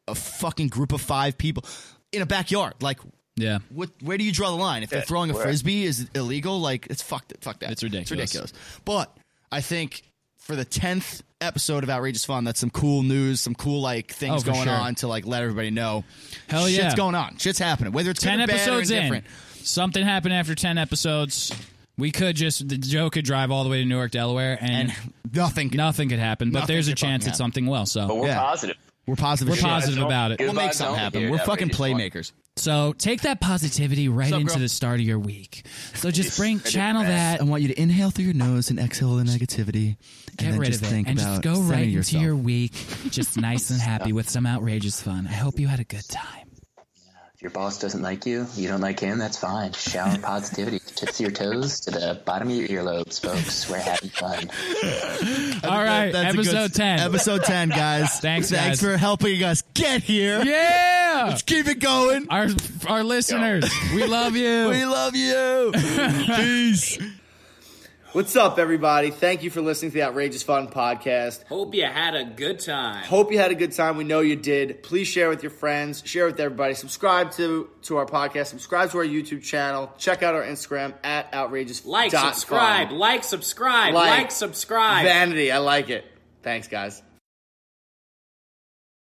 C: a fucking group of five people in a backyard? Like
D: Yeah,
C: what? Where do you draw the line? If they're throwing a
E: where?
C: frisbee, is it illegal? Like it's fucked. Fuck that.
D: It's ridiculous.
C: It's ridiculous. But I think for the tenth episode of Outrageous Fun, that's some cool news, some cool like things
D: Oh, for
C: going
D: sure.
C: on to like let everybody know.
D: Hell
C: shit's
D: yeah.
C: going on. Shit's happening. Whether it's
D: ten
C: good or bad
D: episodes
C: or
D: in,
C: indifferent.
D: something happened after ten episodes. We could just the Joe could drive all the way to Newark, Delaware, and,
C: And Nothing. can-
D: Nothing could happen, but
C: Nothing
D: there's a
C: could
D: chance
C: fucking
D: that something will.
E: But
D: So,
E: we're
C: Yeah.
E: positive.
C: We're positive.
D: We're
C: shit.
D: positive about it.
E: Good
C: We'll make
E: vibes
C: something
E: only
C: happen.
E: here
C: We're
E: at
C: fucking
E: Outrageous Fun.
C: playmakers.
D: so take that positivity right
C: Sup,
D: into
C: girl?
D: the start of your week. So just bring
E: Spread it
D: channel
E: fast.
D: that,
C: I want you to inhale through your nose and exhale the negativity.
D: get
C: and then
D: rid
C: just
D: of it,
C: think
D: and
C: about
D: just go
C: centering
D: right into
C: yourself.
D: your week, just nice and happy with some outrageous fun. I hope you had a good time.
E: If your boss doesn't like you, you don't like him, that's fine. Shower positivity. Tips of your toes to the bottom of your earlobes, folks. We're having fun.
D: All right,
C: That's a good
D: episode
C: s-
D: ten.
C: Episode 10, guys.
D: Thanks,
C: Thanks
D: guys.
C: for helping us get here.
D: yeah.
C: Let's keep it going.
D: our our listeners. We love you.
C: We love you. Peace.
A: What's up, everybody? Thank you for listening to the Outrageous Fun podcast.
B: Hope you had a good time.
A: Hope you had a good time. We know you did. Please share with your friends, share with everybody. Subscribe to to our podcast, subscribe to our YouTube channel, check out our Instagram at outrageous.
B: like,
A: dot
B: subscribe,
A: fun.
B: like, subscribe,
A: Like,
B: like, subscribe.
A: Vanity, I like it. Thanks, guys.